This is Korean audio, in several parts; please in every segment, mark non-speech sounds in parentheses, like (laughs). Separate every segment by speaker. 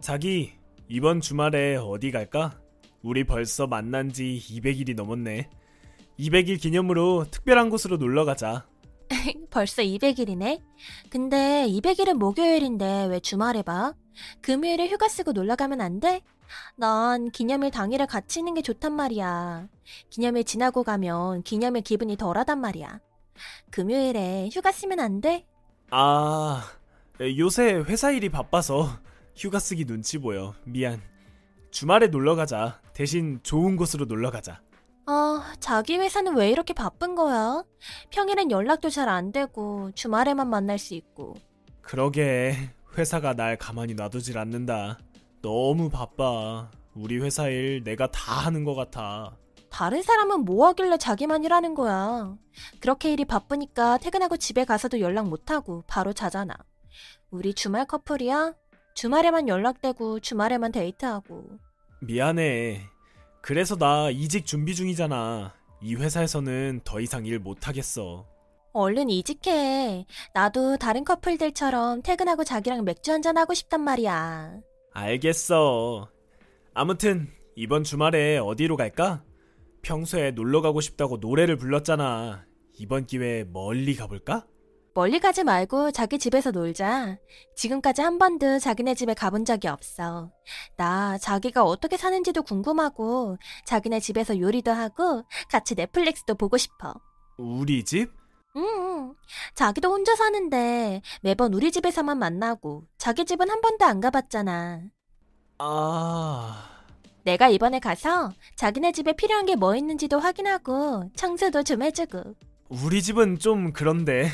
Speaker 1: 자기, 이번 주말에 어디 갈까? 우리 벌써 만난 지 200일이 넘었네. 200일 기념으로 특별한 곳으로 놀러 가자.
Speaker 2: 벌써 200일이네? 근데 200일은 목요일인데 왜 주말에 봐? 금요일에 휴가 쓰고 놀러 가면 안 돼? 난 기념일 당일에 같이 있는 게 좋단 말이야. 기념일 지나고 가면 기념일 기분이 덜하단 말이야. 금요일에 휴가 쓰면 안 돼?
Speaker 1: 아, 요새 회사 일이 바빠서 휴가 쓰기 눈치 보여. 미안. 주말에 놀러 가자. 대신 좋은 곳으로 놀러 가자.
Speaker 2: 아, 자기 회사는 왜 이렇게 바쁜 거야? 평일엔 연락도 잘 안 되고 주말에만 만날 수 있고.
Speaker 1: 그러게 회사가 날 가만히 놔두질 않는다. 너무 바빠. 우리 회사 일 내가 다 하는 것 같아.
Speaker 2: 다른 사람은 뭐 하길래 자기만 일하는 거야. 그렇게 일이 바쁘니까 퇴근하고 집에 가서도 연락 못하고 바로 자잖아. 우리 주말 커플이야? 주말에만 연락되고 주말에만 데이트하고.
Speaker 1: 미안해. 그래서 나 이직 준비 중이잖아. 이 회사에서는 더 이상 일 못하겠어.
Speaker 2: 얼른 이직해. 나도 다른 커플들처럼 퇴근하고 자기랑 맥주 한잔 하고 싶단 말이야.
Speaker 1: 알겠어. 아무튼 이번 주말에 어디로 갈까? 평소에 놀러 가고 싶다고 노래를 불렀잖아. 이번 기회에 멀리 가볼까?
Speaker 2: 멀리 가지 말고 자기 집에서 놀자. 지금까지 한 번도 자기네 집에 가본 적이 없어. 나 자기가 어떻게 사는지도 궁금하고, 자기네 집에서 요리도 하고, 같이 넷플릭스도 보고 싶어.
Speaker 1: 우리 집?
Speaker 2: 응, 자기도 혼자 사는데 매번 우리 집에서만 만나고 자기 집은 한 번도 안 가봤잖아.
Speaker 1: 아,
Speaker 2: 내가 이번에 가서 자기네 집에 필요한 게 뭐 있는지도 확인하고 청소도 좀 해주고.
Speaker 1: 우리 집은 좀 그런데.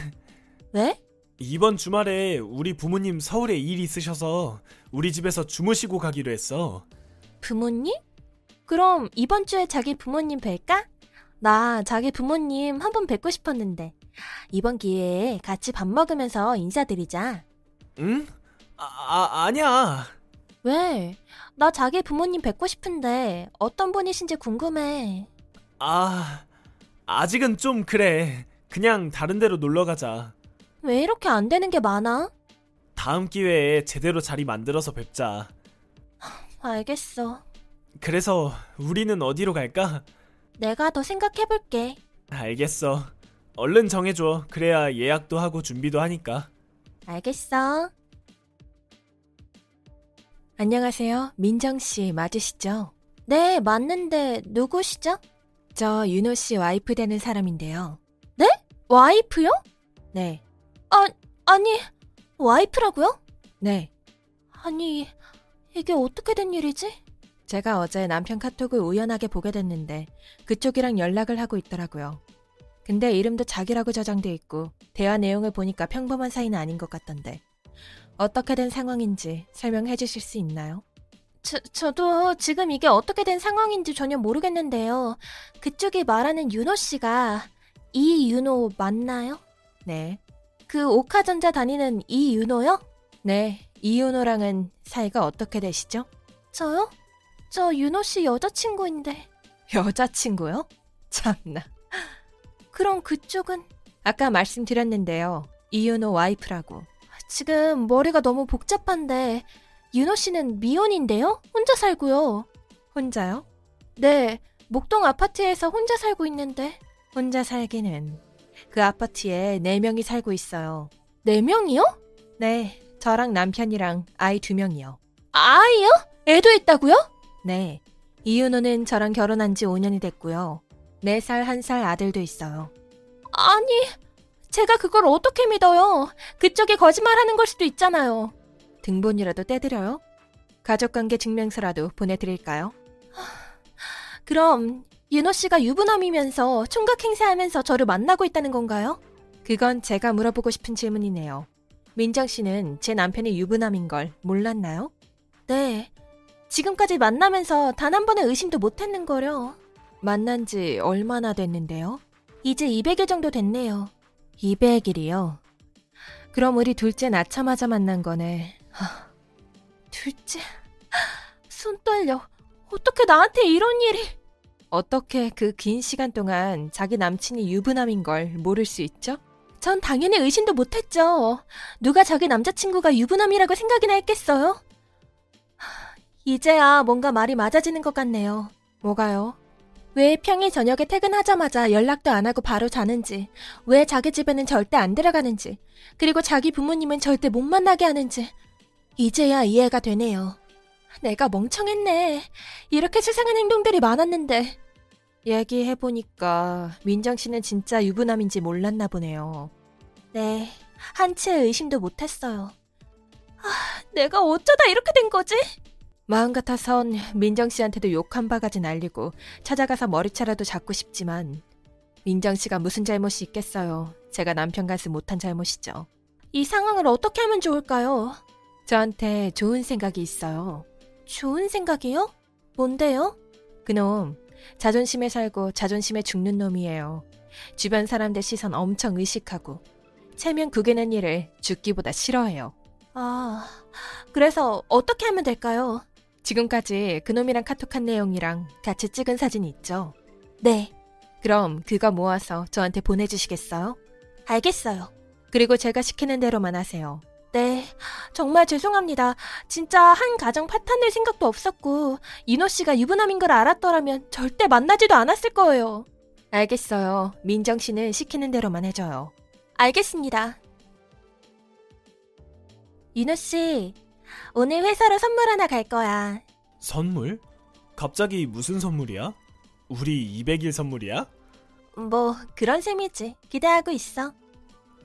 Speaker 2: 왜?
Speaker 1: 이번 주말에 우리 부모님 서울에 일 있으셔서 우리 집에서 주무시고 가기로 했어.
Speaker 2: 부모님? 그럼 이번 주에 자기 부모님 뵐까? 나 자기 부모님 한 번 뵙고 싶었는데 이번 기회에 같이 밥 먹으면서 인사드리자.
Speaker 1: 응? 아, 아 아니야.
Speaker 2: 왜? 나 자기 부모님 뵙고 싶은데 어떤 분이신지 궁금해.
Speaker 1: 아, 아직은 좀 그래. 그냥 다른 데로 놀러 가자.
Speaker 2: 왜 이렇게 안 되는 게 많아?
Speaker 1: 다음 기회에 제대로 자리 만들어서 뵙자.
Speaker 2: 알겠어.
Speaker 1: 그래서 우리는 어디로 갈까?
Speaker 2: 내가 더 생각해볼게.
Speaker 1: 알겠어. 얼른 정해줘. 그래야 예약도 하고 준비도 하니까.
Speaker 2: 알겠어. 안녕하세요. 민정 씨 맞으시죠? 네, 맞는데 누구시죠? 저 윤호 씨 와이프 되는 사람인데요. 네? 와이프요? 네. 아, 아니, 와이프라고요? 네. 아니, 이게 어떻게 된 일이지? 제가 어제 남편 카톡을 우연하게 보게 됐는데 그쪽이랑 연락을 하고 있더라고요. 근데 이름도 자기라고 저장돼 있고 대화 내용을 보니까 평범한 사이는 아닌 것 같던데 어떻게 된 상황인지 설명해 주실 수 있나요? 저, 저도 지금 이게 어떻게 된 상황인지 전혀 모르겠는데요. 그쪽이 말하는 윤호 씨가 이윤호 맞나요? 네. 그 오카전자 다니는 이윤호요? 네. 이윤호랑은 사이가 어떻게 되시죠? 저요? 저 윤호 씨 여자친구인데. 여자친구요? 참나. 그럼 그쪽은? 아까 말씀드렸는데요. 이윤호 와이프라고. 지금 머리가 너무 복잡한데 윤호 씨는 미혼인데요? 혼자 살고요. 혼자요? 네, 목동 아파트에서 혼자 살고 있는데. 혼자 살기는 그 아파트에 네 명이 살고 있어요. 네 명이요? 네, 저랑 남편이랑 아이 두 명이요. 아이요? 애도 있다고요? 네. 이윤호는 저랑 결혼한 지 5년이 됐고요. 4살, 1살 아들도 있어요. 아니, 제가 그걸 어떻게 믿어요? 그쪽이 거짓말하는 걸 수도 있잖아요. 등본이라도 떼드려요? 가족관계 증명서라도 보내드릴까요? (sighs) 그럼 윤호 씨가 유부남이면서 총각 행세하면서 저를 만나고 있다는 건가요? 그건 제가 물어보고 싶은 질문이네요. 민정 씨는 제 남편이 유부남인 걸 몰랐나요? 네. 지금까지 만나면서 단 한 번의 의심도 못했는 거려. 만난 지 얼마나 됐는데요? 이제 200일 정도 됐네요. 200일이요? 그럼 우리 둘째 낳자마자 만난 거네. 하, 둘째? 손 떨려. 어떻게 나한테 이런 일이? 어떻게 그 긴 시간 동안 자기 남친이 유부남인 걸 모를 수 있죠? 전 당연히 의심도 못했죠. 누가 자기 남자친구가 유부남이라고 생각이나 했겠어요? 하, 이제야 뭔가 말이 맞아지는 것 같네요. 뭐가요? 왜 평이 저녁에 퇴근하자마자 연락도 안 하고 바로 자는지, 왜 자기 집에는 절대 안 들어가는지, 그리고 자기 부모님은 절대 못 만나게 하는지, 이제야 이해가 되네요. 내가 멍청했네. 이렇게 수상한 행동들이 많았는데. 얘기해보니까 민정 씨는 진짜 유부남인지 몰랐나 보네요. 네, 한치의 의심도 못했어요. 아, 내가 어쩌다 이렇게 된 거지? 마음 같아선 민정 씨한테도 욕 한 바가지 날리고 찾아가서 머리채라도 잡고 싶지만 민정 씨가 무슨 잘못이 있겠어요. 제가 남편 가슴 못한 잘못이죠. 이 상황을 어떻게 하면 좋을까요? 저한테 좋은 생각이 있어요. 좋은 생각이요? 뭔데요? 그놈, 자존심에 살고 자존심에 죽는 놈이에요. 주변 사람들 시선 엄청 의식하고 체면 구기는 일을 죽기보다 싫어해요. 아, 그래서 어떻게 하면 될까요? 지금까지 그놈이랑 카톡한 내용이랑 같이 찍은 사진이 있죠? 네. 그럼 그거 모아서 저한테 보내주시겠어요? 알겠어요. 그리고 제가 시키는 대로만 하세요. 네. 정말 죄송합니다. 진짜 한 가정 파탄낼 생각도 없었고, 이노 씨가 유부남인 걸 알았더라면 절대 만나지도 않았을 거예요. 알겠어요. 민정 씨는 시키는 대로만 해줘요. 알겠습니다. 이노 씨, 오늘 회사로 선물 하나 갈 거야.
Speaker 1: 선물? 갑자기 무슨 선물이야? 우리 200일 선물이야?
Speaker 2: 뭐, 그런 셈이지. 기대하고 있어.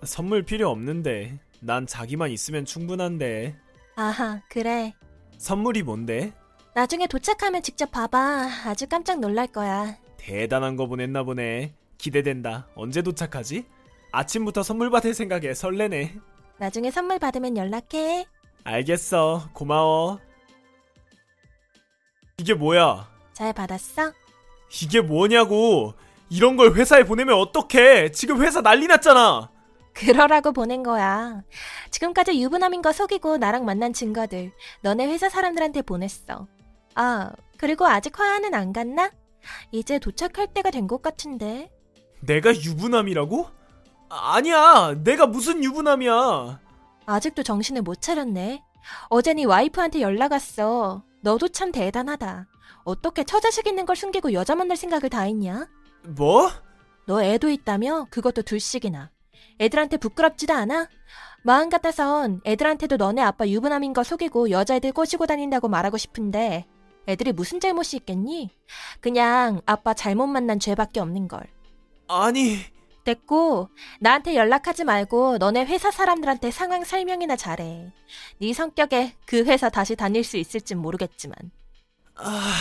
Speaker 1: 선물 필요 없는데. 난 자기만 있으면 충분한데.
Speaker 2: 아하, 그래.
Speaker 1: 선물이 뭔데?
Speaker 2: 나중에 도착하면 직접 봐봐. 아주 깜짝 놀랄 거야.
Speaker 1: 대단한 거 보냈나 보네. 기대된다. 언제 도착하지? 아침부터 선물 받을 생각에 설레네.
Speaker 2: 나중에 선물 받으면 연락해.
Speaker 1: 알겠어. 고마워. 이게 뭐야?
Speaker 2: 잘 받았어? (laughs)
Speaker 1: 이게 뭐냐고! 이런 걸 회사에 보내면 어떡해! 지금 회사 난리 났잖아!
Speaker 2: 그러라고 보낸 거야. 지금까지 유부남인 거 속이고 나랑 만난 증거들 너네 회사 사람들한테 보냈어. 아, 그리고 아직 화환은 안 갔나? 이제 도착할 때가 된 것 같은데.
Speaker 1: 내가 유부남이라고? 아, 아니야! 내가 무슨 유부남이야!
Speaker 2: 아직도 정신을 못 차렸네. 어제 네 와이프한테 연락 왔어. 너도 참 대단하다. 어떻게 처자식 있는 걸 숨기고 여자 만날 생각을 다 했냐?
Speaker 1: 뭐?
Speaker 2: 너 애도 있다며? 그것도 둘씩이나. 애들한테 부끄럽지도 않아? 마음 같아선 애들한테도 너네 아빠 유부남인 거 속이고 여자애들 꼬시고 다닌다고 말하고 싶은데 애들이 무슨 잘못이 있겠니? 그냥 아빠 잘못 만난 죄밖에 없는 걸.
Speaker 1: 아니,
Speaker 2: 됐고 나한테 연락하지 말고 너네 회사 사람들한테 상황 설명이나 잘해. 네 성격에 그 회사 다시 다닐 수 있을진 모르겠지만.
Speaker 1: 아,